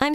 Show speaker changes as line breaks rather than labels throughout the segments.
I'm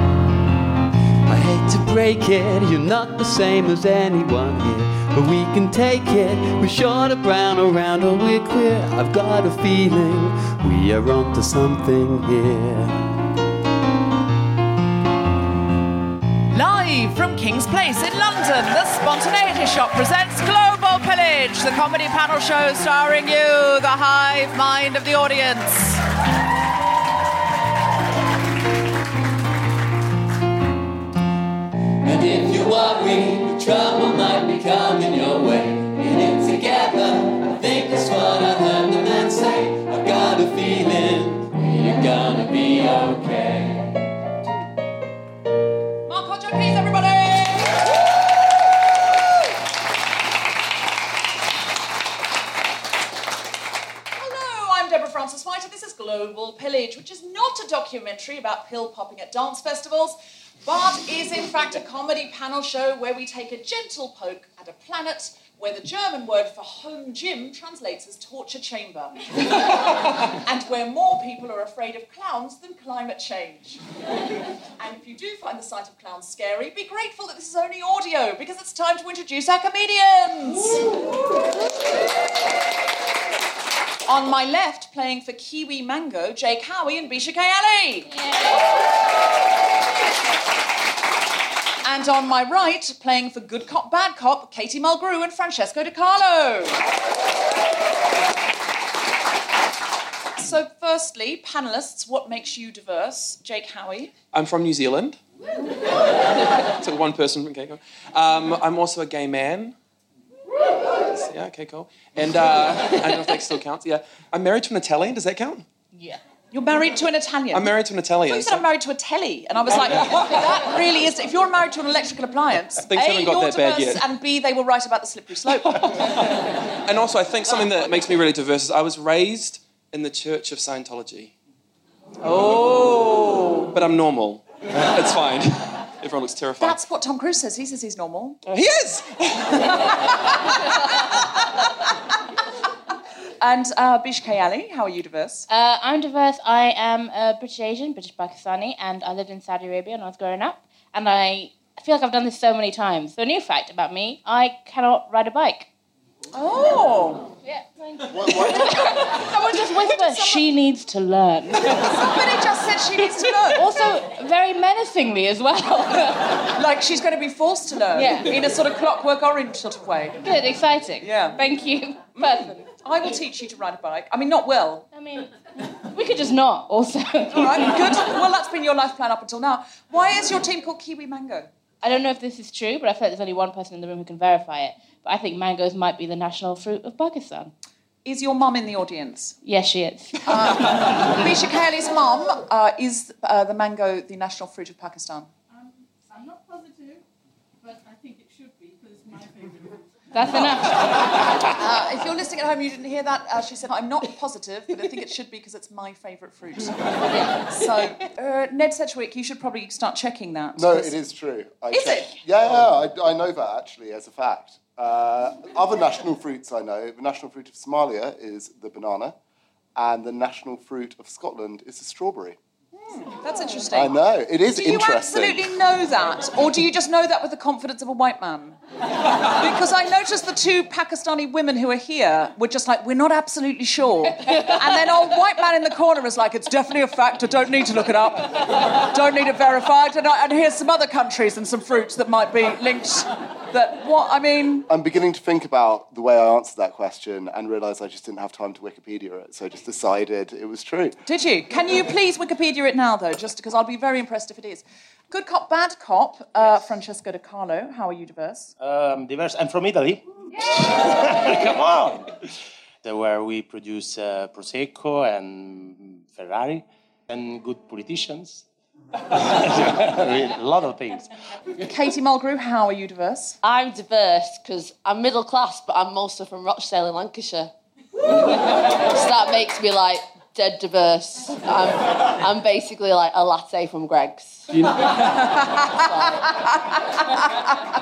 I hate to break it, you're not the same as anyone here. But we can take it, we're short of brown around or we're queer. I've got a feeling we are onto something here.
Live from King's Place in London, the Spontaneity Shop presents Global Pillage, the comedy panel show starring you, the hive mind of the audience.
And if you worry, trouble might be coming your way. In it together, I think that's what I heard the man say. I've got a feeling we are gonna be okay.
Mark Hodgson, please, everybody. Hello, I'm Deborah Francis White, and this is Global Pillage, which is not a documentary about pill popping at dance festivals, but is in fact a comedy panel show where we take a gentle poke at a planet where the German word for home gym translates as torture chamber, and where more people are afraid of clowns than climate change. And if you do find the sight of clowns scary, be grateful that this is only audio because it's time to introduce our comedians. On my left, playing for Kiwi Mango, Jake Howie and Bisha K. Ali. And on my right, playing for Good Cop, Bad Cop, Katie Mulgrew and Francesco De Carlo. So, firstly, panelists, what makes you diverse? Jake Howie.
I'm from New Zealand. Took one person from Keiko. Um, I'm also a gay man. Yeah, okay, cool. And uh, I don't know if that still counts. Yeah, I'm married to an Italian. Does that count?
Yeah. You're married to an Italian.
I'm married to an Italian.
You said
so-
I'm married to a telly, and I was like, that really is. If you're married to an electrical appliance,
Things
A,
haven't got
you're
that bad
diverse,
yet.
and B, they were right about the slippery slope.
and also, I think something that makes me really diverse is I was raised in the Church of Scientology. Oh. But I'm normal. It's fine. Everyone looks terrified.
That's what Tom Cruise says. He says he's normal.
he is!
And uh, Bish K. Ali, how are you diverse?
Uh, I'm diverse. I am a British Asian, British Pakistani, and I lived in Saudi Arabia when I was growing up. And I feel like I've done this so many times. So, a new fact about me I cannot ride a bike.
oh,
Yeah. Someone just whispered, she needs to learn.
somebody just said she needs to learn. Also,
also, very menacingly as well.
like she's going to be forced to learn
Yeah.
in a sort of clockwork orange sort of way.
Good, exciting.
Yeah.
Thank you, person.
I will teach you to ride a bike. I mean, not well.
I mean, we could just not, also.
All right, good. Well, that's been your life plan up until now. Why is your team called Kiwi Mango?
I don't know if this is true, but I feel like there's only one person in the room who can verify it. But I think mangoes might be the national fruit of Pakistan.
Is your mum in the audience?
Yes, she is.
Bisha Kaylee's mum uh, is uh, the mango the national fruit of Pakistan.
I'm not positive, but I think it should be because it's my favourite.
That's enough.
Uh, if you're listening at home, you didn't hear that. Uh, she said, "I'm not positive, but I think it should be because it's my favourite fruit." so, uh, Ned Sedgwick, you should probably start checking that.
No,
because-
it is true. I
Is
checked.
it? Oh.
Yeah, yeah, I, I know that actually as a fact. Uh, other national fruits I know the national fruit of Somalia is the banana, and the national fruit of Scotland is the strawberry.
That's interesting.
I know. It is
Do you
interesting.
absolutely know that, or do you just know that with the confidence of a white man? because I noticed the two Pakistani women who are here were just like, "We're not absolutely sure," and then old white man in the corner is like, "It's definitely a fact. I don't need to look it up. Don't need it verified." And, I, and here's some other countries and some fruits that might be linked. That what I mean.
I'm beginning to think about the way I answered that question and realised I just didn't have time to Wikipedia it, so I just decided it was true.
Did you? Can you please Wikipedia it now, though, just because I'll be very impressed if it is. Good cop, bad cop. Uh, Francesco De Carlo. How are you diverse?
um, diverse and from Italy. Come on, There where we produce uh, prosecco and Ferrari and good politicians. I mean, a lot of things.
Katie Mulgrew. How are you diverse?
I'm diverse because I'm middle class, but I'm also from Rochdale in Lancashire. so that makes me like dead diverse. I'm, I'm basically like a latte from Greg's.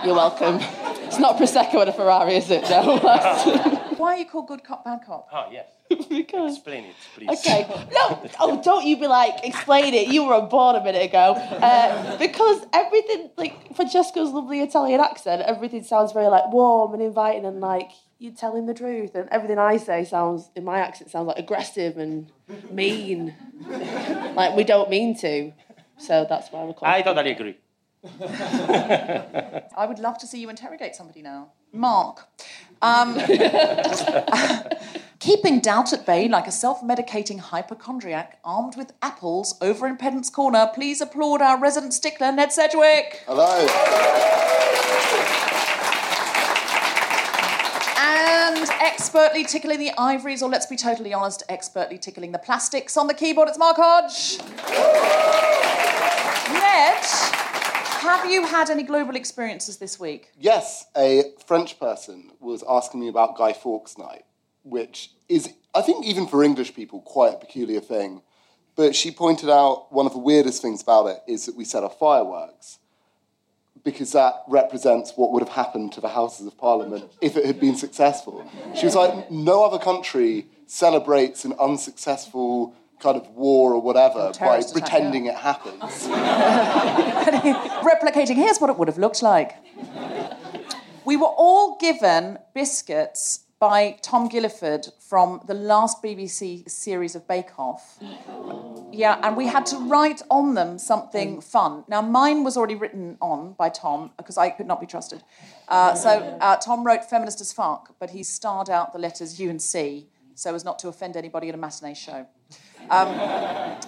You're welcome. It's not Prosecco and a Ferrari, is it, Joe?
Why are you called good cop, bad cop?
Oh, yes. Explain it, please.
Okay. No. Oh, don't you be like, explain it. You were on board a minute ago. Uh, because everything, like, Francesco's lovely Italian accent, everything sounds very, like, warm and inviting and, like, you're telling the truth. And everything I say sounds, in my accent, sounds, like, aggressive and mean. like, we don't mean to. So that's why we're called.
I totally agree.
I would love to see you interrogate somebody now. Mark. Um, keeping doubt at bay like a self medicating hypochondriac armed with apples over in Pedant's Corner, please applaud our resident stickler, Ned Sedgwick.
Hello.
And expertly tickling the ivories, or let's be totally honest, expertly tickling the plastics on the keyboard, it's Mark Hodge. Ned, have you had any global experiences this week?
Yes, a French person was asking me about Guy Fawkes Night, which is, I think, even for English people, quite a peculiar thing. But she pointed out one of the weirdest things about it is that we set off fireworks because that represents what would have happened to the Houses of Parliament if it had been successful. She was like, no other country celebrates an unsuccessful kind of war or whatever by
terrorist attack,
pretending it happens.
Replicating, here's what it would have looked like. We were all given biscuits by Tom Gilliford from the last BBC series of Bake Off. Yeah, and we had to write on them something fun. Now, mine was already written on by Tom because I could not be trusted. Uh, so, uh, Tom wrote feminist as fuck, but he starred out the letters U and C so as not to offend anybody at a matinee show, um,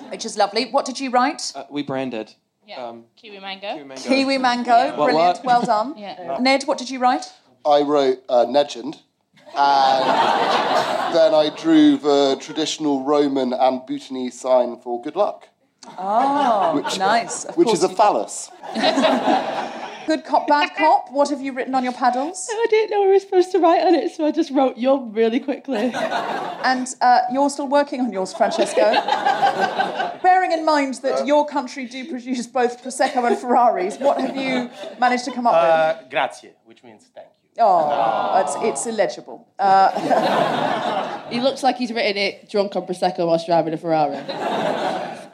which is lovely. What did you write?
Uh, we branded.
Yeah.
Um,
Kiwi mango.
Kiwi Mango.
Kiwi mango,
What,
brilliant,
what?
well done.
Yeah.
Ned, what did you write?
I wrote uh, legend, and then I drew the traditional Roman and Bhutanese sign for good luck,
Oh, nice. Of
which
course
is a
you-
phallus.
good cop, bad cop. What have you written on your paddles?
I didn't know we were supposed to write on it, so I just wrote yum really quickly.
And uh, you're still working on yours, Francesco. Bearing in mind that your country do produce both prosecco and Ferraris, what have you managed to come up with?
Uh, grazie, which means thank you.
Oh, it's, it's illegible. Uh,
He looks like he's written it drunk on Prosecco whilst driving a Ferrari.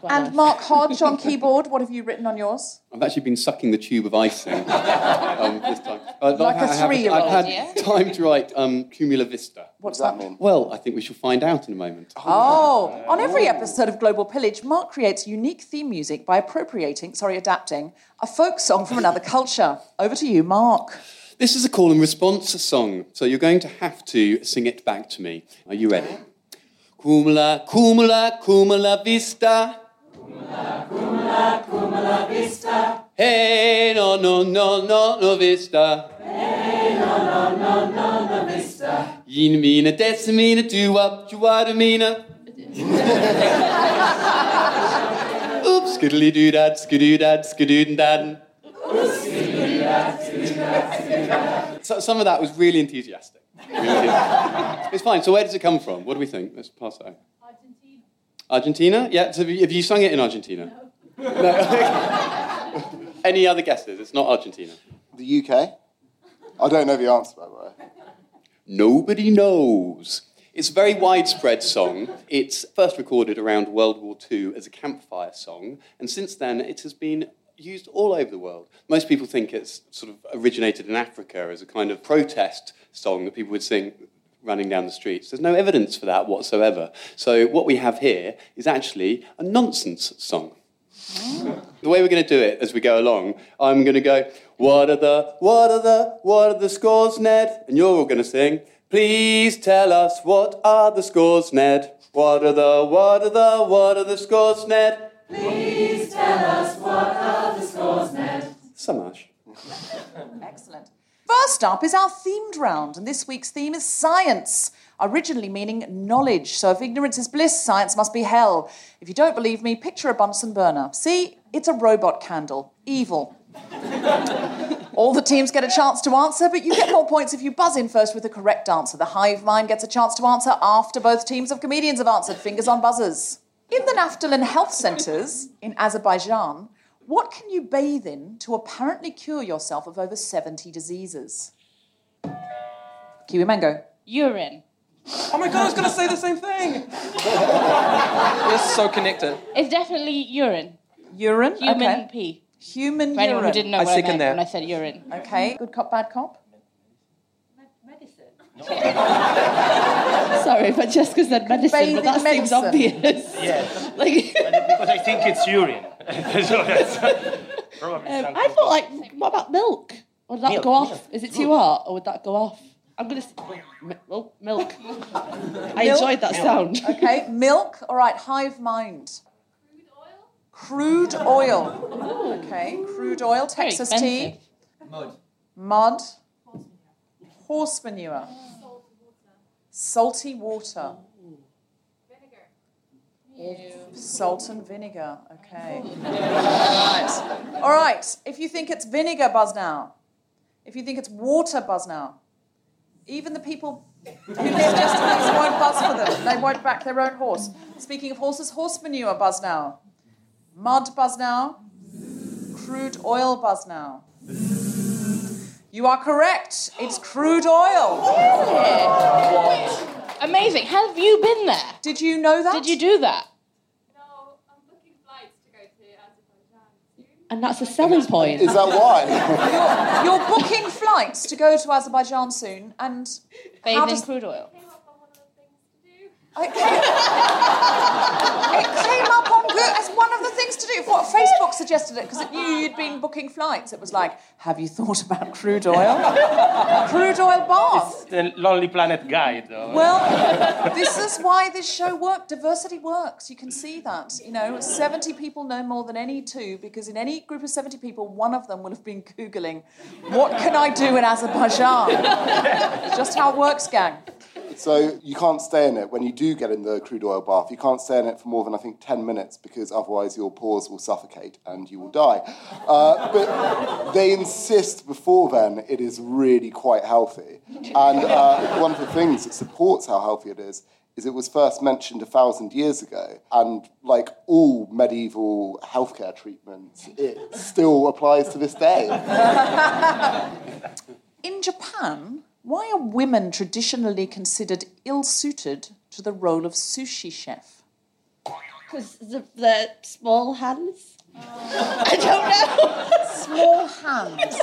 and Mark Hodge on keyboard, what have you written on yours?
I've actually been sucking the tube of icing um, this time. Uh,
Like a
I have-
three-year-old,
I've had
yeah?
time to write um, Cumula Vista.
What's
Does that mean?
Well, I think we shall find out in a moment.
Oh, on every episode of Global Pillage, Mark creates unique theme music by appropriating, sorry, adapting, a folk song from another culture. Over to you, Mark.
This is a call and response song, so you're going to have to sing it back to me. Are you ready? Cumula, cumula, cumula vista. Cumula, cumula vista. Hey, no, no, no, no, no vista. Hey, no, no, no, no, no vista. In mina, decimina, do up, juadamina. Oops, skiddly doo dad, skidoo dad, skidoo dad. So, some of that was really enthusiastic. Really enthusiastic. it's fine. So where does it come from? What do we think? Let's pass it over. Argentina. Argentina? Yeah. So have you, have you sung it in Argentina? No. Any other guesses? It's not Argentina.
The UK? I don't know the answer, by the way.
Nobody knows. It's a very widespread song. It's first recorded around World War II as a campfire song, and since then it has been used all over the world. Most people think it's sort of originated in Africa as a kind of protest song that people would sing running down the streets. There's no evidence for that whatsoever. So what we have here is actually a nonsense song. The way we're going to do it as we go along, I'm going to go, What are the, what are the, what are the scores, Ned? And you're all going to sing, Please tell us what are the scores, Ned? What are the, what are the, what are the scores, Ned?
Please tell us what are the scores, Ned.
Samash.
Excellent. First up is our themed round, and this week's theme is science, originally meaning knowledge. So if ignorance is bliss, science must be hell. If you don't believe me, picture a Bunsen burner. See, it's a robot candle. Evil. All the teams get a chance to answer, but you get more points if you buzz in first with the correct answer. The hive mind gets a chance to answer after both teams of comedians have answered. Fingers on buzzers. In the Naftalin health centres in Azerbaijan, what can you bathe in to apparently cure yourself of over 70 diseases? Kiwi mango.
Urine.
Oh my god, I was gonna say the same thing. You're so connected.
It's definitely urine.
Urine?
Human
Okay.
pee.
Human
For anyone who
urine.
didn't know
I
what I
second
meant
that.
when I said urine.
Okay. Good cop, bad cop?
Sorry, but Jessica said medicine,
Bathing
but that seems
medicine.
obvious.
Yes,
Like,
because I think it's urine. so that's probably
um,
something.
I thought, like, what about milk? Would that
Milk,
go off?
milk,
Is it too
milk.
hot, or would that go off? I'm gonna s- mi- milk. Milk. I enjoyed that sound.
okay, milk. All right, hive mind. Crude oil. Crude oil. Okay, crude oil, Texas tea,
Mud.
mud, horse manure, salty water, salt and vinegar. Okay. right. All right, if you think it's vinegar, buzz now. If you think it's water, buzz now. Even the people who live just to this won't buzz for them. They won't back their own horse. Speaking of horses, horse manure buzz now. Mud buzz now. Crude oil buzz now. You are correct. It's crude oil.
Amazing. Have you been there?
Did you know that?
Did you do that?
And that's a selling point.
Is that why?
You're booking flights to go to Azerbaijan soon, and how
Bathe in
does
crude oil.
it came- it came up on Go- as one of the things to do. What Facebook suggested it because it knew you'd been booking flights. It was like, have you thought about crude oil? crude oil bath.
The Lonely Planet guy, though.
Well, this is why this show worked. Diversity works. You can see that. You know, 70 people know more than any two because in any group of 70 people, one of them will have been Googling, what can I do in Azerbaijan? It's just how it works, gang.
so you can't stay in it when you do get in the crude oil bath. You can't stay in it for more than I think ten minutes because otherwise your pores will suffocate and you will die. Uh, but they insist before then it is really quite healthy. And uh, one of the things that supports how healthy it is is it was first mentioned a thousand years ago, and like all medieval healthcare treatments, it still applies to this day.
In Japan, why are women traditionally considered ill suited to the role of sushi chef?
Because the, the small hands. I don't know.
Small hands.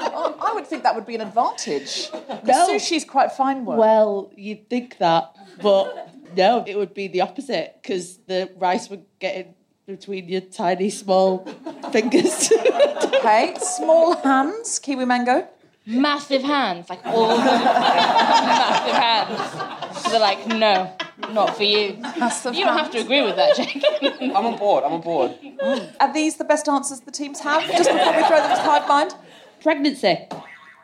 Oh, I would think that would be an advantage. 'Cause
No.
Sushi's quite fine work.
Well, you'd think that, but no, it would be the opposite because the rice would get in between your tiny small fingers.
okay, small hands, kiwi mango.
Massive hands, like all the massive hands. So they're like, no, not for you.
Massive
You don't have to agree with that, Jake.
I'm on board, I'm on board.
Are these the best answers the teams have? Just before we throw them to hive mind.
Pregnancy.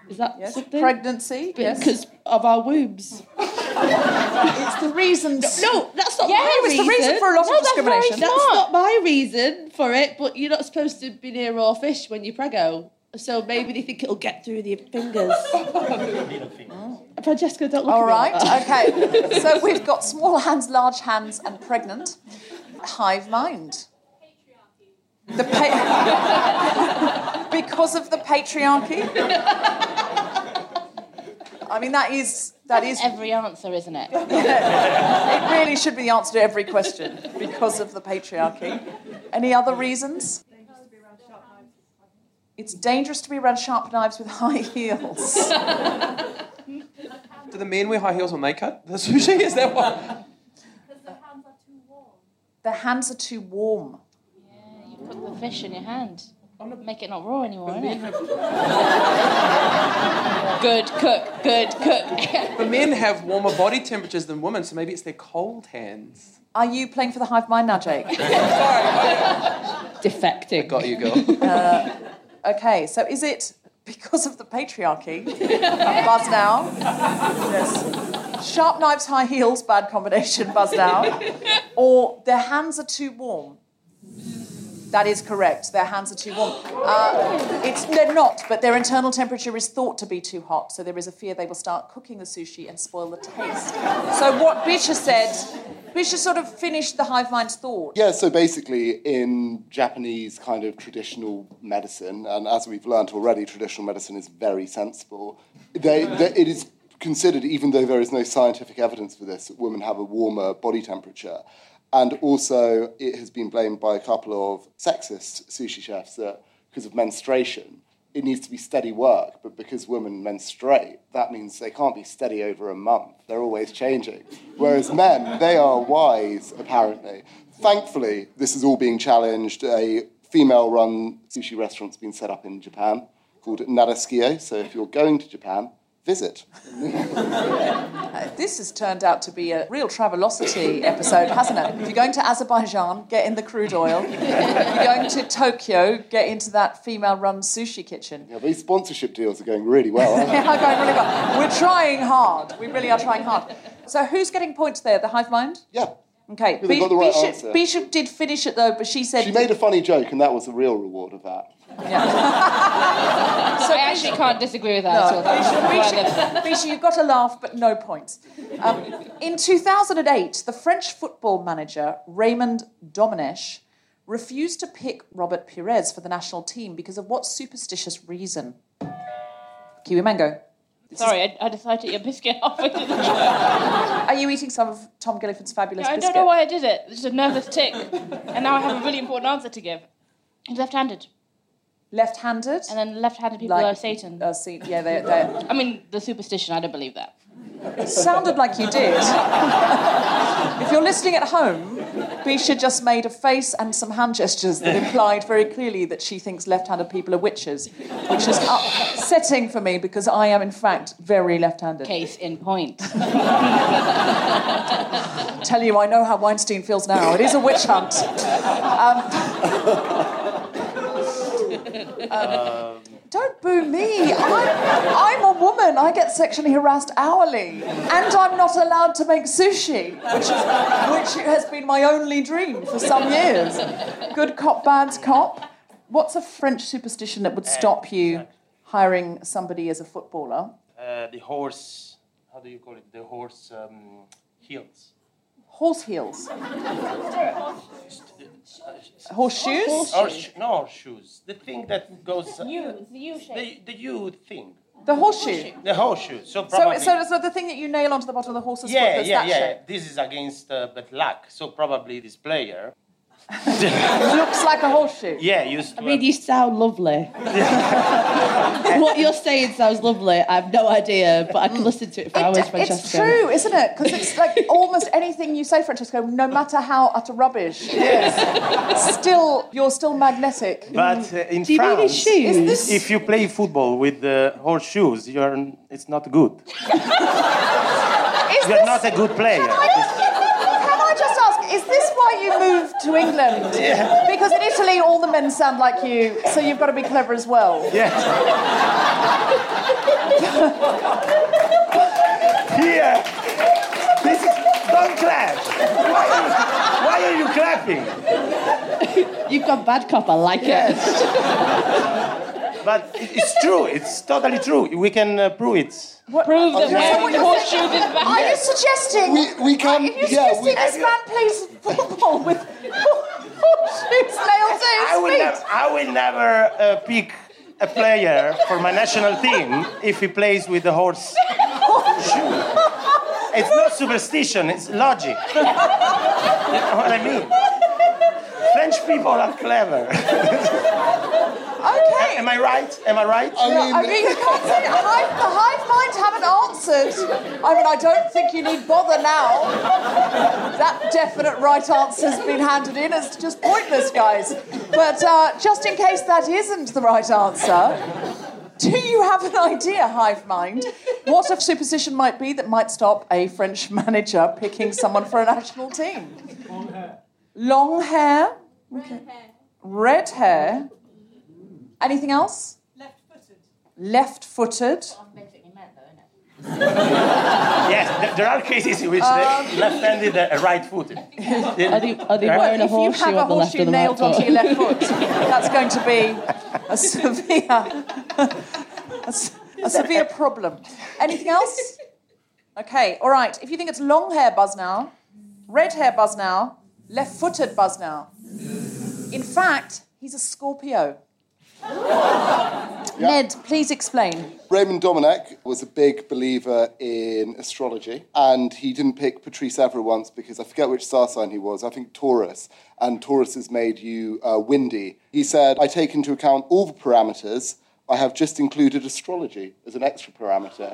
Is that something?
Pregnancy. Yes.
Because of our wombs.
It's the reasons.
No, that's not
Yeah,
my
it was the
reason.
reason for a lot of
no, that's very
discrimination.
That's
smart.
not my reason for it, but you're not supposed to be near raw fish when you're preggo. So maybe they think it'll get through your fingers. Francesca, don't look
All
at me
right.
like
Okay.
that.
So we've got small hands, large hands, and pregnant. Hive mind. The pa- because of the patriarchy. I mean, that is that is
every answer, isn't it?
it really should be the answer to every question because of the patriarchy. Any other reasons? It's dangerous to be around sharp knives with high heels.
Do the men wear high heels when they cut the sushi? Is that why?
the hands are too warm.
Put the fish in your hand. Make it not raw anymore, innit?
Good cook, good cook. but men have warmer body temperatures than women, so maybe it's their cold hands.
Are you playing for the hive mind now, Jake?
Defecting. got you, girl.
Uh, okay, so is it because of the patriarchy? I'm buzzed now. Yes. Sharp knives, high heels, bad combination, buzz now. Or their hands are too warm. That is correct. Their hands are too warm. Uh, it's, they're not, but their internal temperature is thought to be too hot, so there is a fear they will start cooking the sushi and spoil the taste. So what Bisha said, Bisha sort of finished the hive mind's thought.
Yeah, so basically, in Japanese kind of traditional medicine, and as we've learned already, traditional medicine is very sensible. They, they, it is considered, even though there is no scientific evidence for this, that women have a warmer body temperature. And also, it has been blamed by a couple of sexist sushi chefs that because of menstruation, it needs to be steady work, but because women menstruate, that means they can't be steady over a month. They're always changing. Whereas men, they are wise, apparently. Thankfully, this is all being challenged. A female run sushi restaurant's been set up in Japan called Narasukio. So if you're going to Japan, visit.
Uh, this has turned out to be a real travelocity episode, hasn't it? If you're going to Azerbaijan, get in the crude oil. If you're going to Tokyo, get into that female run sushi kitchen.
Yeah, these sponsorship deals are going really well. aren't
They are going really well. We're trying hard. We really are trying hard. So who's getting points there? The hive mind?
Yeah.
Okay.
Yeah, they got the right
Bishop,
answer.
Bishop did finish it though, but she
they?
said
She made a funny joke, and that was the real reward of that.
I actually can't disagree with that at all.
Bisha, Bisha, you've got to laugh, but no points. Um, in 2008, the French football manager Raymond Domenech refused to pick Robert Pires for the national team because of what superstitious reason? Kiwi mango.
Sorry, I, I decided to eat your biscuit off. I didn't.
Are you eating some of Tom Gillifan's fabulous
I
biscuit?
don't know why I did it. It's just a nervous tick. And now I have a really important answer to give. He's left handed.
Left handed?
And then left handed people
Like-
are Satan.
Uh, see, yeah, they, they,
I mean, the superstition, I don't believe that.
It sounded like you did. if you're listening at home, Bisha just made a face and some hand gestures that implied very clearly that she thinks left handed people are witches, which is upsetting for me because I am, in fact, very left handed.
Case in point.
Tell you, I know how Weinstein feels now. It is a witch hunt. Um,
Uh,
Um,
don't boo me. I'm, I'm a woman. I get sexually harassed hourly. And I'm not allowed to make sushi, which, is, which has been my only dream for some years. Good cop, bad cop. What's a French superstition that would stop you hiring somebody as a footballer?
uh, the horse, how do you call it? The horse um, heels.
Horse heels. Horseshoes?
Horseshoe- no, horseshoes. The thing that goes.
You, the U
The, the U thing.
The horseshoe.
The horseshoe. So
So,
probably.
so, so the thing that you nail onto the bottom of the horse's
yeah,
foot, that's
yeah,
that
yeah.
shape.
This is against uh, bad luck. So probably this player.
Looks like a horseshoe.
Yeah, used
I
to.
mean, you sound lovely. what you're saying sounds lovely. I have no idea, but I could listen to it for hours, Francesca.
It's true, isn't it? Because it's like almost anything you say, Francesco, no matter how utter rubbish, yes. still you're still magnetic.
But uh, in
Do you need
France,
his shoes? Is this-
if you play football with uh, horseshoes, you're n- it's not good.
Is
you're
this-
not a good player.
Can I just ask, is this why you moved to England?
Yeah.
Because in Italy, all the men sound like you, so you've got to be clever as well.
Here, this is don't clap. Why are you, why are you clapping?
You've got bad cop, I like
But it- it's true. It's totally true. We can uh, prove it.
What,
Prove
that
Is that
we-
what you're
Horseshoe
saying?
is back.
Are you suggesting?
We, we can.
You're
yeah,
suggesting
we,
this man plays football with horseshoes nailed to his
I will,
feet?
nev- I will never uh, pick a player for my national team if he plays with the horse
It's not superstition, it's logic. you know what I mean? French people are clever.
Okay.
Am I right? Am I right?
I mean, I mean you can't say I, the hive mind haven't answered. I mean, I don't think you need bother now. That definite right answer's been handed in. It's just pointless, guys. But uh, just in case that isn't the right answer, do you have an idea, hive mind, what a superstition might be that might stop a French manager picking someone for a national team? Long hair,
Red hair. Mm.
red hair. Anything else?
Left footed.
Left footed.
yes, th- there are cases in which
Um,
the left-handed uh, and right-footed.
Are they, are they
Right?
wearing a
If you
horseshoe
have a
on the left
horseshoe
or the right
nailed onto
foot?
your left foot, that's going to be a severe, a s- a severe problem. Anything else? Okay, all right. If you think it's long hair buzz now, red hair buzz now, left footed buzz now. In fact, he's a Scorpio. Ned, please explain.
Raymond Dominic was a big believer in astrology, and he didn't pick Patrice Evra once because I forget which star sign he was. I think Taurus, and Taurus has made you uh, windy. He said, "I take into account all the parameters. I have just included astrology as an extra parameter."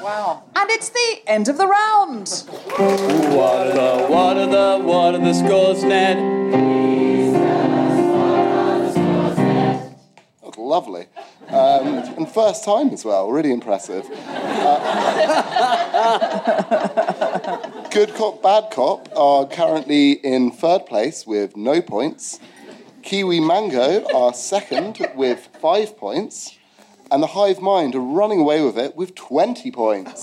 Wow. And it's the end of the round.
What are the, what are the, what are the scores, Ned?
That's lovely, um, and first time as well. Really impressive. Uh, Good Cop, Bad Cop are currently in third place with no points. Kiwi Mango are second with five points. And the Hive Mind are running away with it with 20 points.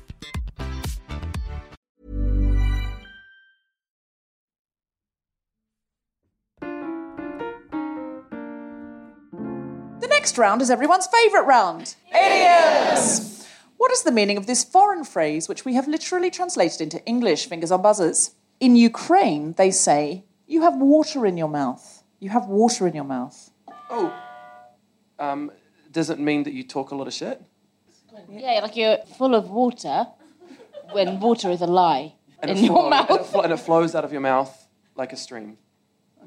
The next round is everyone's favourite round. Idioms! What is the meaning of this foreign phrase which we have literally translated into English? Fingers on buzzers. In Ukraine, they say, you have water in your mouth. You have water in your mouth.
Oh, um, does it mean that you talk a lot of shit?
Yeah, like you're full of water when water is a lie
And
in
it
your
flows-
mouth
And it, flo- and it flows out of your mouth like a stream.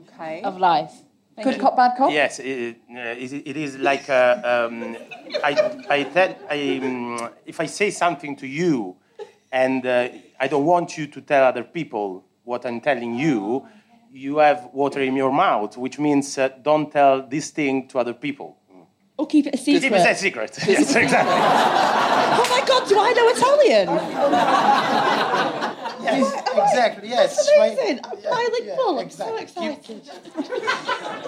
Okay.
of lies. Thank
Good
you.
cop, bad cop?
Yes, it, uh, it, it is like uh, um, I, I tell, I, um, if I say something to you, and uh, I don't want you to tell other people what I'm telling you, you have water in your mouth, which means uh, don't tell this thing to other people.
Or keep it a secret.
Keep it a secret. yes, exactly.
oh my God, do I know Italian?
exactly, yes.
That's amazing. I'm filing full. I'm so excited.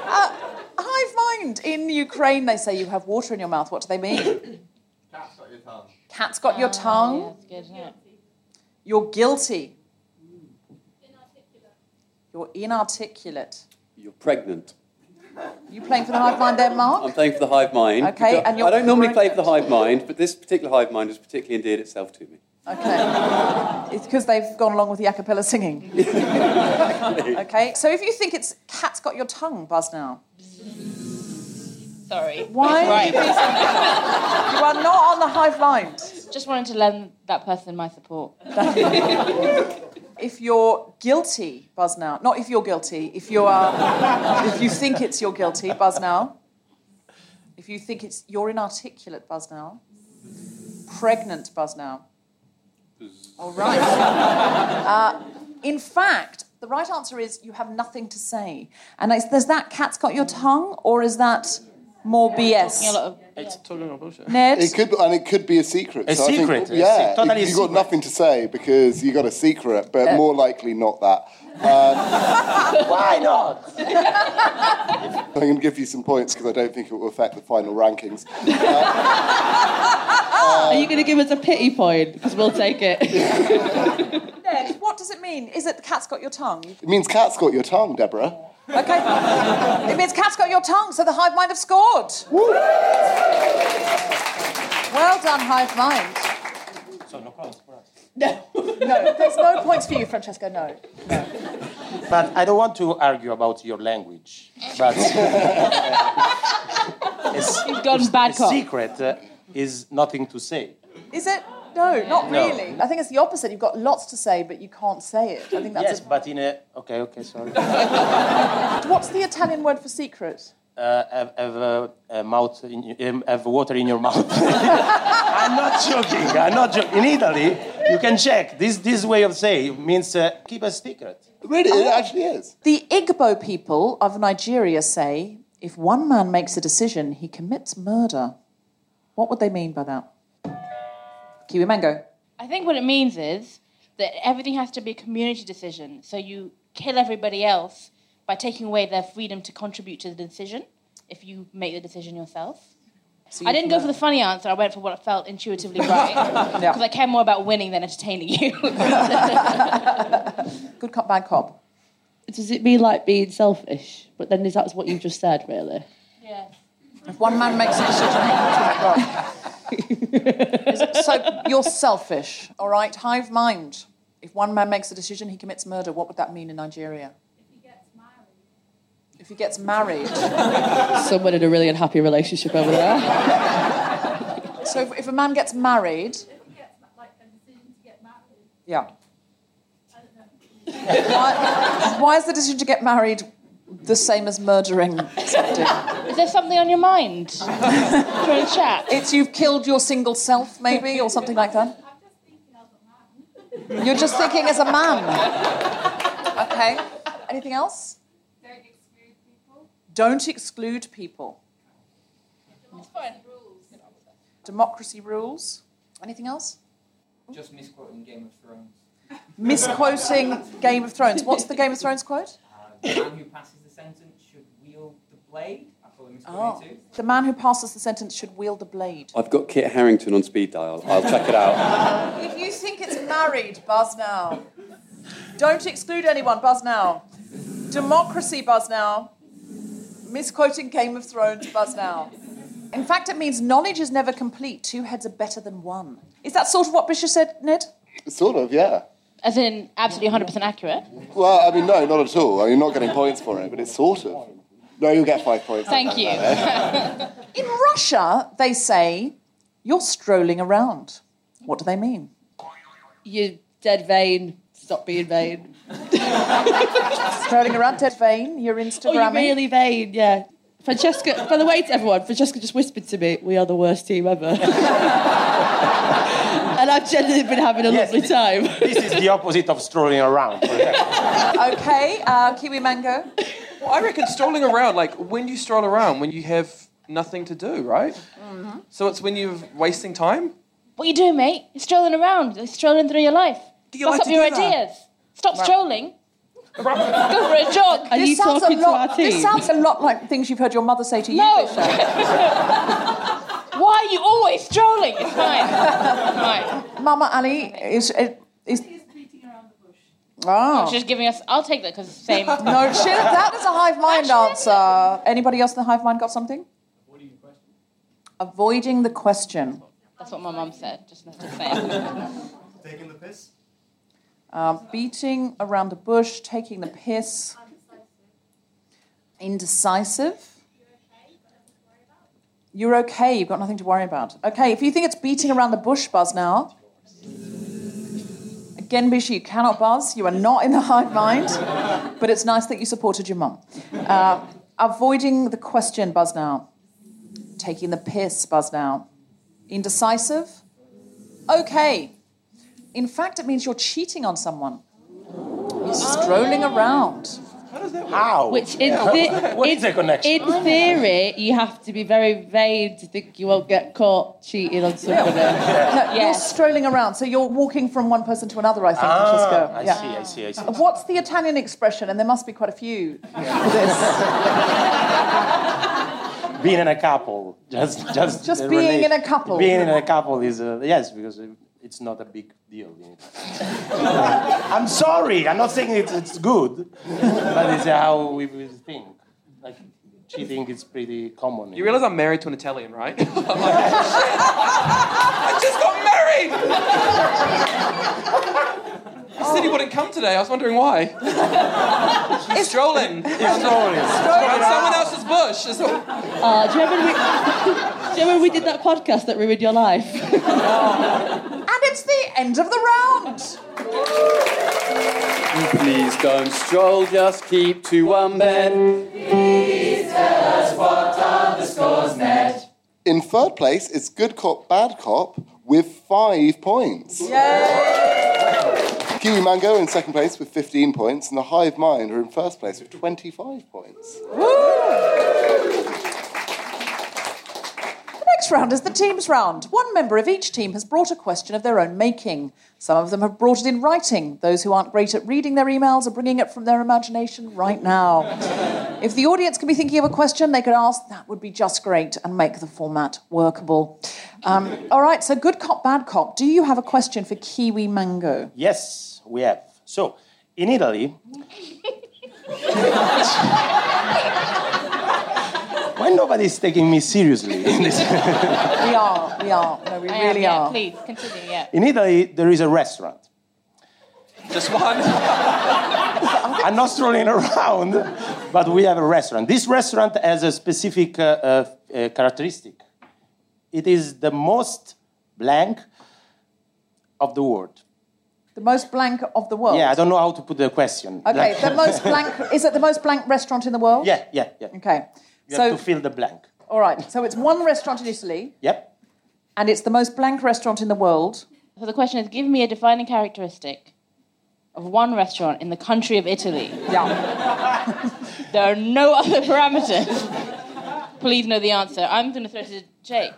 Hive mind. In Ukraine, they say you have water in your mouth. What do they mean?
Cat's got your tongue.
Cat's got
Ah,
your tongue. You're guilty. You're inarticulate.
You're pregnant.
You playing for the hive mind there, Mark?
I'm playing for the hive mind.
Okay,
because
and you're
I don't normally play for the hive mind, but this particular hive mind has particularly endeared itself to me.
It's because they've gone along with the a cappella singing. okay, so if you think it's cat's got your tongue, buzz now.
Sorry.
Why?
Right.
you are not on the hive mind.
Just wanted to lend that person my support.
If you're guilty, buzz now. Not if you're guilty. If you are, if you think it's you're guilty, buzz now. If you think it's you're inarticulate, buzz now. Pregnant, buzz now. All right. Uh, in fact, the right answer is you have nothing to say. And it's, there's that cat's got your tongue, or is that more BS?
It's totally not bullshit.
Ned?
It could, and it could be a secret.
A
I think-
secret, a
yeah.
se- totally
you,
a
have got nothing to say because you got a secret, but more likely not that. Um,
Why not?
I'm going to give you some points because I don't think it will affect the final rankings. Uh,
Are you going to give us a pity point? Because we'll take it.
Ned, what does it mean? Is it the cat's got your tongue?
It means cat's got your tongue, Deborah.
Okay. it means cat's got your tongue, so the hive mind have scored. Well done, hive mind.
So no problem.
No, there's no points for you, Francesco. No.
But I don't want to argue about your language. But it's,
You've gone bad
a
cop.
secret uh, is nothing to say.
Is it? No, not
No.
really. I think it's the opposite. You've got lots to say, but you can't say it. I think
yes,
that's.
but in a okay, okay, sorry.
A... What's the Italian word for secret?
Uh, have have uh, a mouth in your- um, have water in your mouth. I'm not joking. I'm not joking. In Italy, you can check this this way of saying means uh, keep a secret.
Really, it actually is.
Oh. The Igbo people of Nigeria say if one man makes a decision, he commits murder. What would they mean by that? Kiwi mango.
I think what it means is that everything has to be a community decision. So you kill everybody else by taking away their freedom to contribute to the decision if you make the decision yourself.
So
I
you
didn't go for the funny answer. I went for what felt intuitively right because
Yeah.
I care more about winning than entertaining you.
Good cop, bad cop.
Does it mean like being selfish? But then is that what you just said, really?
If one man makes a decision, Is it- so you're selfish, all right? Hive mind. If one man makes a decision, he commits murder. What would that mean in Nigeria? If he gets married. If he gets married.
Someone in a really unhappy relationship over there.
so if, if a man gets married. Yeah. Why, why is the decision to get married the same as murdering somebody?
Is there something on your mind? For a chat.
It's you've killed your single self, maybe, or something like that. You're just thinking as a man. Okay. Anything else? Don't exclude people. Democracy rules. Anything else?
Just misquoting Game of Thrones.
Misquoting Game of Thrones. What's the Game of Thrones quote?
The man who passes the sentence should wield the blade. I probably
Oh.
misquoted it too.
The man who passes the sentence should wield the blade.
I've got Kit Harrington on speed dial. I'll check it out.
If you think it's married, buzz now. Don't exclude anyone, buzz now. Democracy, buzz now. Misquoting Game of Thrones, buzz now. In fact, it means knowledge is never complete. Two heads are better than one. Is that sort of what Bishop said, Ned?
Sort of, yeah.
As in, absolutely 100% accurate.
Well, I mean, no, not at all. I mean, you're not getting points for it, but it's sort of. No, you'll get five points.
Thank you.
In Russia, they say, you're strolling around. What do they mean?
You dead vain. Stop being vain.
Strolling around, dead vain, you're
Oh,
Instagramming.
you're really vain, yeah. Francesca, by the way, to everyone, Francesca just whispered to me, "We are the worst team ever," and I've genuinely been having a lovely time.
This is the opposite of strolling around.
okay, uh, Kiwi Mango.
Well, I reckon strolling around, like when you stroll around, when you have nothing to do, right? So it's when you're wasting time.
What you doing, mate? You're strolling around. You're strolling through your life.
Do you
Back
like
up
to
your
do that?
ideas. Stop
Right.
strolling. Go for a jog.
Are
this
you
sounds
talking
a
to
lot,
our
This
team?
sounds a lot like things you've heard your mother say to you.
No.
Bishop.
Why are you always strolling? It's fine. It's fine.
Mama Annie is is. is Oh.
She's just giving us. I'll take that because it's the same.
No, she, that is a hive mind answer. Anybody else in the hive mind got something? Avoiding the question.
That's what my mum said. Just not to say.
Taking the piss?
Uh, beating around the bush, taking the piss. Indecisive. You're okay, you've got nothing to worry about. Okay, if you think it's beating around the bush, buzz now. Again, Bisha, you cannot buzz. You are not in the hive mind, but it's nice that you supported your mum. Uh, avoiding the question, buzz now. Taking the piss, buzz now. Indecisive? Okay. In fact, it means you're cheating on someone. You're strolling around. Oh.
How?
Which in the-
what is the connection?
In theory, you have to be very vain to think you won't get caught cheating on somebody.
No, You're strolling around, so you're walking from one person to another, I think,
Ah,
Francesco.
I
Yeah.
see, I see, I see.
What's the Italian expression? And there must be quite a few.
Being in a couple, just just
Just
the
being
rela-
in a couple.
Being in a couple is uh, yes, because it's not a big deal. I'm sorry, I'm not saying it's, it's good, but it's how we we think. Like cheating is pretty common.
You realize I'm married to an Italian, right? I'm like, I just got married.
Oh.
I said he wouldn't come today. I was wondering why. He's strolling. He's
strolling.
on someone else's bush. It's all-
Uh, do, you remember we, do you remember we did that podcast that ruined your life?
And it's the end of the round.
Please don't stroll, just keep to one bed.
In third place, it's Good Cop, Bad Cop with five points. Kiwi Mango in second place with 15 points, and the Hive Mind are in first place with 25 points.
The next round is the teams round. One member of each team has brought a question of their own making. Some of them have brought it in writing. Those who aren't great at reading their emails are bringing it from their imagination right now. if the audience can be thinking of a question they could ask, that would be just great and make the format workable. Um, all right, so good cop, bad cop. Do you have a question for Kiwi Mango?
Yes, we have. So, in Italy, why nobody's taking me seriously? in this-
We are, we are. No, we
I am,
really
yeah,
are.
Please continue. Yeah.
in Italy, there is a restaurant.
Just one.
I'm not strolling around, but we have a restaurant. This restaurant has a specific uh, uh, uh, characteristic. It is the most blank of the world.
The most blank of the world.
Yeah, I don't know how to put the question.
Okay,
Like-
the most blank. Is it the most blank restaurant in the world?
yeah, yeah, yeah.
Okay.
You
so
have to fill the blank.
All right, so it's one restaurant in Italy.
Yep.
And it's the most blank restaurant in the world.
So the question is, give me a defining characteristic of one restaurant in the country of Italy.
Yeah.
there are no other parameters. Please know the answer. I'm going to throw to Jake.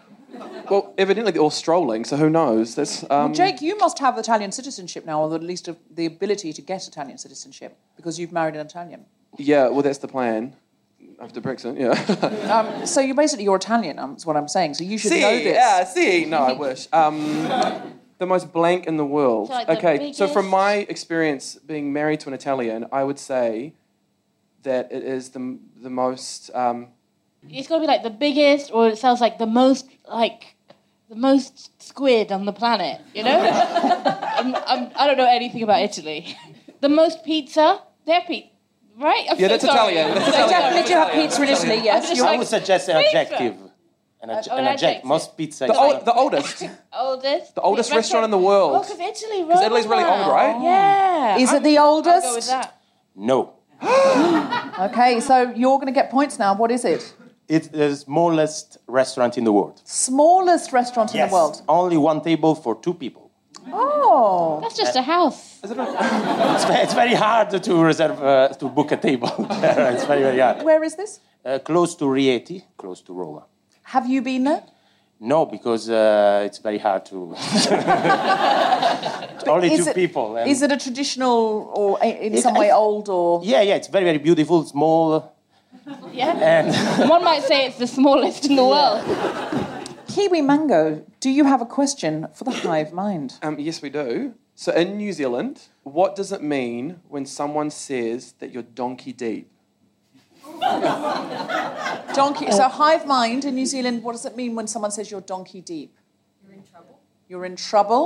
Well, evidently they're all strolling, so who knows? That's um,
well, Jake, you must have Italian citizenship now, or at least the ability to get Italian citizenship because you've married an Italian.
Yeah, well, that's the plan after Brexit. Yeah.
Um, so you basically you're Italian. Um, is what I'm saying. So you should
see,
know this.
yeah, see. No, I wish. Um, the most blank in the world.
So, like, the
okay, so from
biggest-
my experience being married to an Italian, I would say that it is the the most. Um,
It's got to be like the biggest, or it sounds like the most, like the most squid on the planet. You know? I'm, I'm, I don't know anything about Italy. The most pizza. Their pizza, right? I'm
Yeah,
so
that's
sorry.
Italian. That's
I'm so
Italian.
sorry.
Definitely do have pizza in Italy. Yes,
I would suggest an
pizza.
adjective. An, adj- an
Oh, an
adjective.
adjective.
Most pizza.
the, ol- the oldest.
Oldest.
The oldest restaurant in the world.
Oh, 'cause Italy,
Because Italy's really
Roma.
old, right?
Yeah.
Oh. Is it
I'm-
the
I'll go
oldest?
with that.
No.
Okay, so you're going to get points now. What is it?
It's the smallest restaurant in the world.
Smallest restaurant in the world.
Only one table for two people.
Oh,
that's just a house.
It's, ve- it's very hard to reserve, uh, to book a table. there. it's very, very hard.
Where is this?
Uh, close to Rieti, close to Roma.
Have you been there?
No, because uh, it's very hard to. Only
Is
two
it-
people. and-
Is it a traditional or
uh,
i- in
It-
some
I-
way old or?
Yeah, yeah, it's very, very beautiful, small. And-
One might say it's the smallest in the world.
Kiwi Mango, do you have a question for the hive mind?
Um, yes, we do. So in New Zealand, what does it mean when someone says that you're donkey deep?
Donkey.
Oh.
So hive mind in New Zealand. What does it mean when someone says you're donkey deep? You're in trouble. You're in trouble.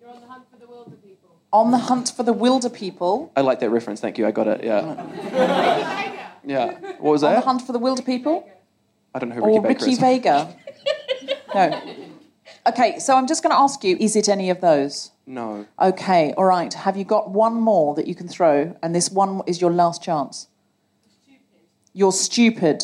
You're on the hunt for the wilder people.
I like that reference. Thank you. I got it. Yeah. Yeah. What was
On the
that?
hunt for the wilder people.
I don't know who
On the hunt for the wilder people. Or
Ricky Baker
Ricky
is.
Vega. no. Okay, so I'm just going to ask you: Is it any of those?
No.
Okay, all right. Have you got one more that you can throw? And this one is your last chance. You're stupid.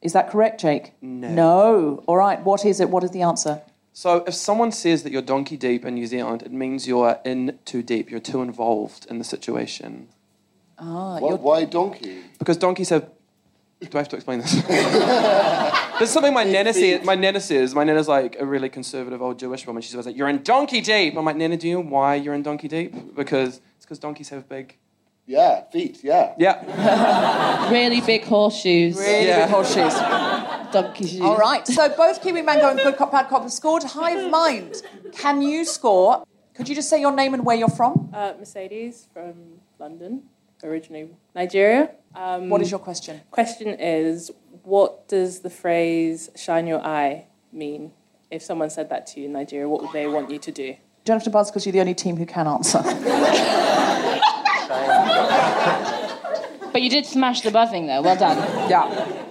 Is that correct, Jake? No. No. All right. What is it? What is the answer?
So if someone says that you're donkey deep in New Zealand, it means you're in too deep. You're too involved in the situation.
Ah,
Why,
you're
why donkey?
Because donkeys have. Do I have to explain this? There's something my nana says. My nana says. My nana's like a really conservative old Jewish woman. She's always like, "You're in donkey deep." I'm like, "Nana, do you know why you're in donkey deep? Because it's because donkeys have big."
Yeah, feet, yeah.
Yeah.
Really big horseshoes.
Really big Yeah. horseshoes.
Donkey shoes.
All right. So both Kiwi Mango and Good Cop Bad Cop have scored. Hive Mind, can you score? Could you just say your name and where you're from?
Uh, Mercedes from London, originally Nigeria. Um,
What is your question?
Question is, what does the phrase "shine your eye" mean? If someone said that to you in Nigeria, what would they want you to do?
Don't have to buzz because you're the only team who can answer.
But you did smash the buzzing though. Well done.
Yeah.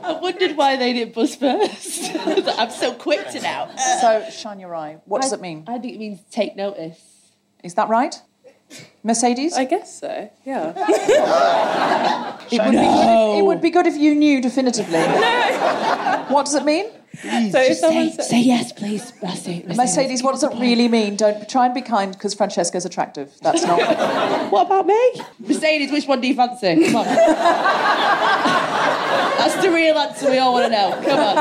I wondered why they didn't buzz first. I'm so quick to now.
So shine your eye. What does it mean?
I think it means take notice.
Is that right? Mercedes? I
guess so, yeah.
it, would be good if, it would be good if you knew definitively. What does it mean?
So if someone
Say, say yes, please. Mercedes.
Mercedes, what does it really mean? Don't try and be kind because Francesca's attractive. That's not.
What about me? Mercedes, which one do you fancy? Come on. That's the real answer we all want to know. Come on.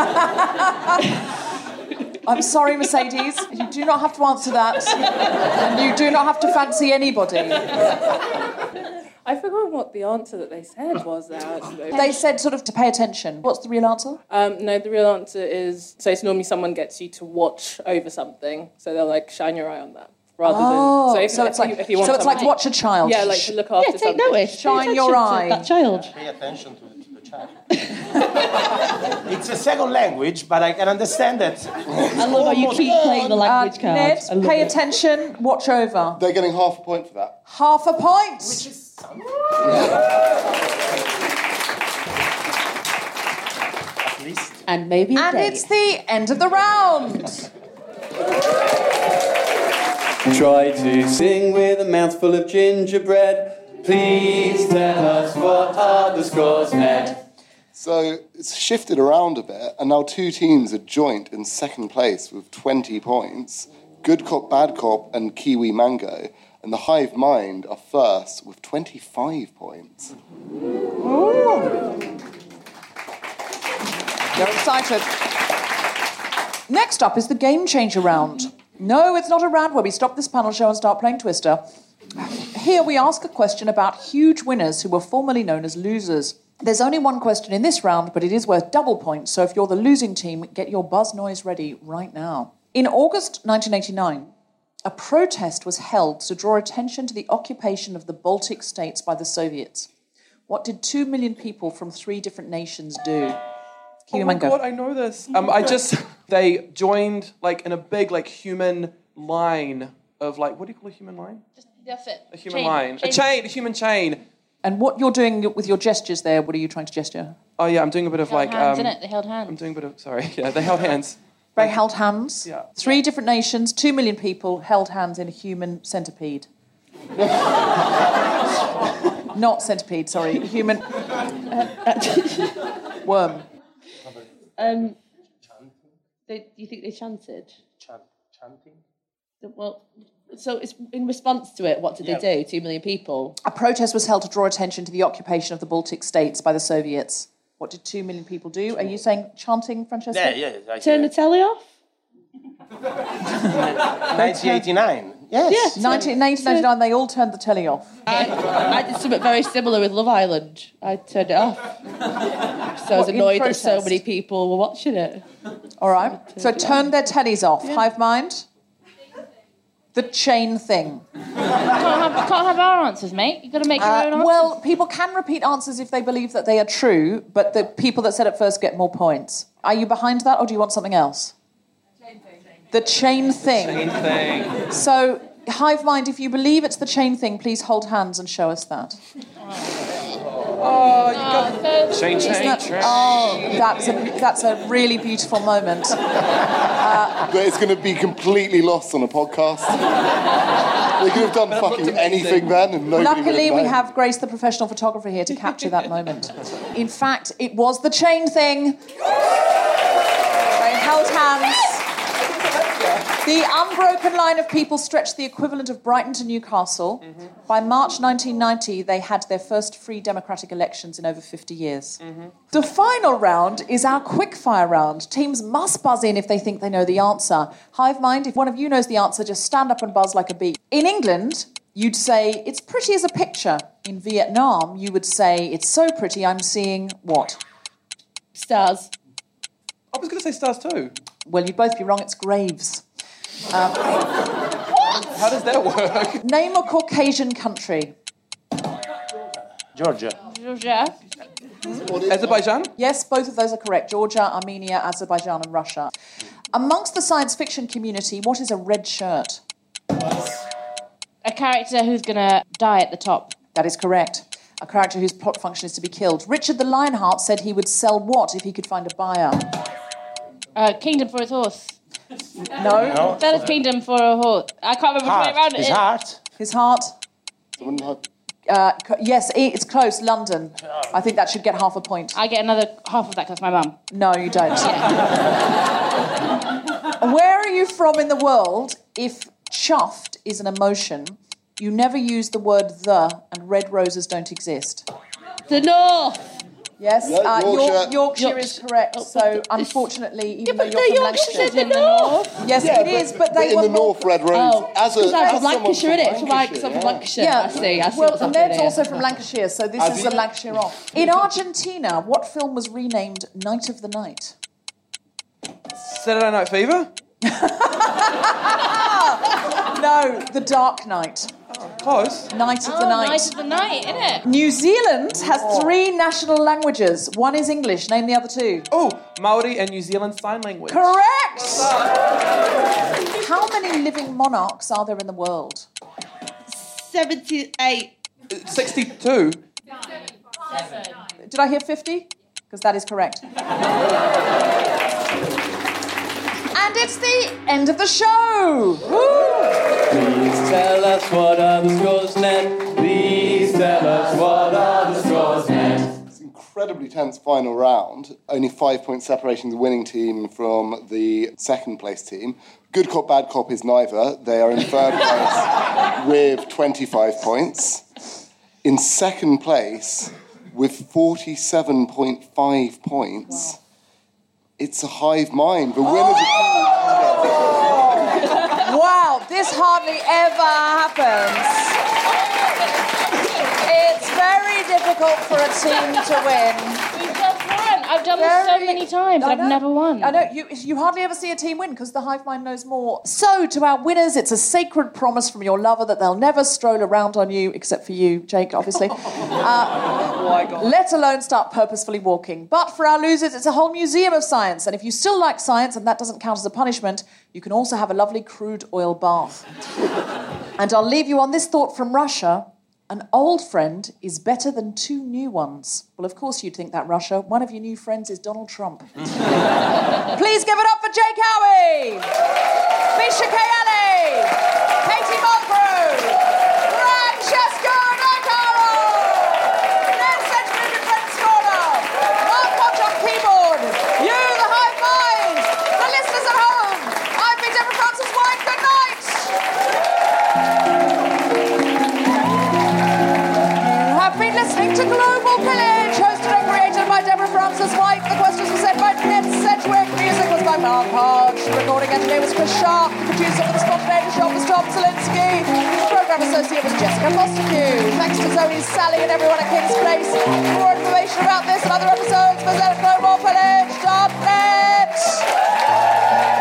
I'm sorry, Mercedes. You do not have to answer that. And you do not have to fancy anybody.
I forgot what the answer that they said was. Now, actually.
They said sort of to pay attention. What's the real answer?
Um, no, the real answer is so it's normally someone gets you to watch over something, so they'll like shine your eye on that rather
Oh,
than. if-
so
if
it's like-
you- if you want
so it's like
someone-
watch a child.
Yeah, like to look after
yeah, take
something.
notice. Pay attention to That child.
Pay attention to the, to the child. it's a second language, but I can understand that. I
love how you keep playing the language card.
Ned,
I love
pay
it.
attention, watch over.
They're getting half a point for that.
Half a point. Which
is
At least. And maybe a
And
day.
it's the end of the round.
Try to sing with a mouthful of gingerbread. Please tell us what are the scores, Ned.
So it's shifted around a bit, and now two teams are joint in second place with 20 points Good Cop, Bad Cop, and Kiwi Mango. And the Hive Mind are first with 25 points.
You're excited. Next up is the game changer round. No, it's not a round where we stop this panel show and start playing Twister. Here we ask a question about huge winners who were formerly known as losers. There's only one question in this round, but it is worth double points, so if you're the losing team, get your buzz noise ready right now. In August 1989, a protest was held to draw attention to the occupation of the Baltic states by the Soviets. What did two million people from three different nations do? Kiwi
oh my
Mango.
god, I know this. Um, I just they joined like in a big like human line of like what do you call a human line?
That's it.
A human line, a chain, a human chain.
And what you're doing with your gestures there, what are you trying to gesture?
Oh yeah, I'm doing a bit of
Held
like
hands,
um,
innit? They held hands.
I'm doing a bit of sorry. Yeah, they held hands.
They held hands. Yeah. Three different nations, two million people held hands in a human centipede. Not centipede, sorry, human uh, worm.
Um, they, do you think they chanted?
chanting?
Well, so it's in response to it. What did they do? Two million people.
A protest was held to draw attention to the occupation of the Baltic states by the Soviets. What did two million people do? Are you saying chanting, Francesco?
Yeah, yeah, I Turn hear. the
telly off?
1989.
Yes. 1999, they all turned the telly off.
I did something very similar with Love Island. I turned it off. So I was
What, in
annoyed that so
protest?
many people were watching it.
All right. So
it
turn their tellies off.
Yeah.
Hive mind. The chain thing.
Can't have, can't have our answers, mate. You've got to make your
Uh,
own answers.
well, people can repeat answers if they believe that they are true, but the people that said it first get more points. Are you behind that, or do you want something else? The chain thing.
thing.
So, hive mind. If you believe it's the chain thing, please hold hands and show us that.
Oh, you got chain,
Isn't
chain,
that-
chain.
Oh, that's a that's a really beautiful moment. Uh,
That is going to be completely lost on a podcast. they could have done fucking anything then, and nobody
luckily,
would
we
known.
have Grace, the professional photographer, here to capture that moment. In fact, it was the chain thing. They held hands. The unbroken line of people stretched the equivalent of Brighton to Newcastle. By March 1990, they had their first free democratic elections in over 50 years.
Mm-hmm.
The final round is our quickfire round. Teams must buzz in if they think they know the answer. Hive mind, if one of you knows the answer, just stand up and buzz like a bee. In England, you'd say, it's pretty as a picture. In Vietnam, you would say, it's so pretty, I'm seeing what? Stars.
I was going to say stars too.
Well, you'd both be wrong, it's graves. Um,
How does that work?
Name a Caucasian country.
Georgia.
Georgia.
Azerbaijan?
Yes, both of those are correct. Georgia, Armenia, Azerbaijan, and Russia. Amongst the science fiction community, what is a red shirt?
A character who's going to die at the top.
That is correct. A character whose plot function is to be killed. Richard the Lionheart said he would sell what if he could find a buyer?
Uh, kingdom for his horse. Oh,
No. No.
That is kingdom for a horse. I can't remember which way around it is.
His heart. Uh, c- yes, i- it's close. London. I think that should get half a point.
I get another half of that because my mum.
No, you don't. Where are you from in the world if chuffed is an emotion? You never use the word the and red roses don't exist. The North! Yes,
No,
uh, York-
Yorkshire.
Yorkshire. is correct. So unfortunately, even though
they're
you're from
Yorkshire's
Lancashire,
in the north.
Yes,
Yeah,
it is,
but-
but they
but in
were
the
more-
north, red roses. Oh, As a- because I'm as from someone Lancashire, from innit? From like- Lancashire, I'm from yeah. Lancashire.
Yeah,
I see, I see
well,
what's
and
happening
Ned's
here.
also from Lancashire, so this
As
is a
you-
Lancashire off. In Argentina, what film was renamed Night of the Night?
Saturday Night Fever?
no, The Dark Knight.
close.
Night of
Oh,
the Night.
night of the night, innit?
New Zealand
Oh.
has three national languages. One is English. Name the other two.
Oh, Maori and New Zealand Sign Language.
Correct! How many living monarchs are there in the world? 78.
62.
Did I hear 50? Because that is correct. and it's the end of the show!
Please tell us what are the scores net. Please tell us what are the scores net.
incredibly tense final round. Only five points separating the winning team from the second place team. Good cop, bad cop is neither. They are in third place with 25 points. In second place with 47.5 points. It's a hive mind. The
Oh!
winners
wow, this hardly ever happens. It's very difficult for a team to win.
We've just won. I've done this so many times.
I
I've
know.
never won.
I know you, you hardly ever see a team win because the hive mind knows more. So, to our winners, it's a sacred promise from your lover that they'll never stroll around on you, except for you, Jake, obviously.
Oh.
Uh,
Oh
let alone start purposefully walking. But for our losers, it's a whole museum of science. And if you still like science and that doesn't count as a punishment, you can also have a lovely crude oil bath. and I'll leave you on this thought from Russia. An old friend is better than two new ones. Well, of course, you'd think that, Russia. One of your new friends is Donald Trump. Please give it up for Jake Howie, Misha Kayale, Katie Mulgrew, Francesco Notaro, Ned Sedgwick and Brent Scorner, Mark Watch on keyboard, you, the Hive Mind, the listeners at home, I've been Deborah Francis White, good night. You have been listening to Global Village, hosted and created by Deborah Francis. Carl Podge. Recording engineer was Chris Sharp. The producer for the spot today was John was Tom Zelinsky. Program associate was Jessica Foster-Q. Thanks to Zoe, Sally, and everyone at King's Place. For more information about this and other episodes, visit globalpillage.net.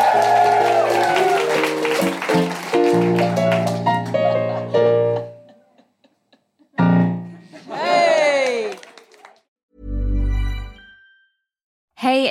Hey,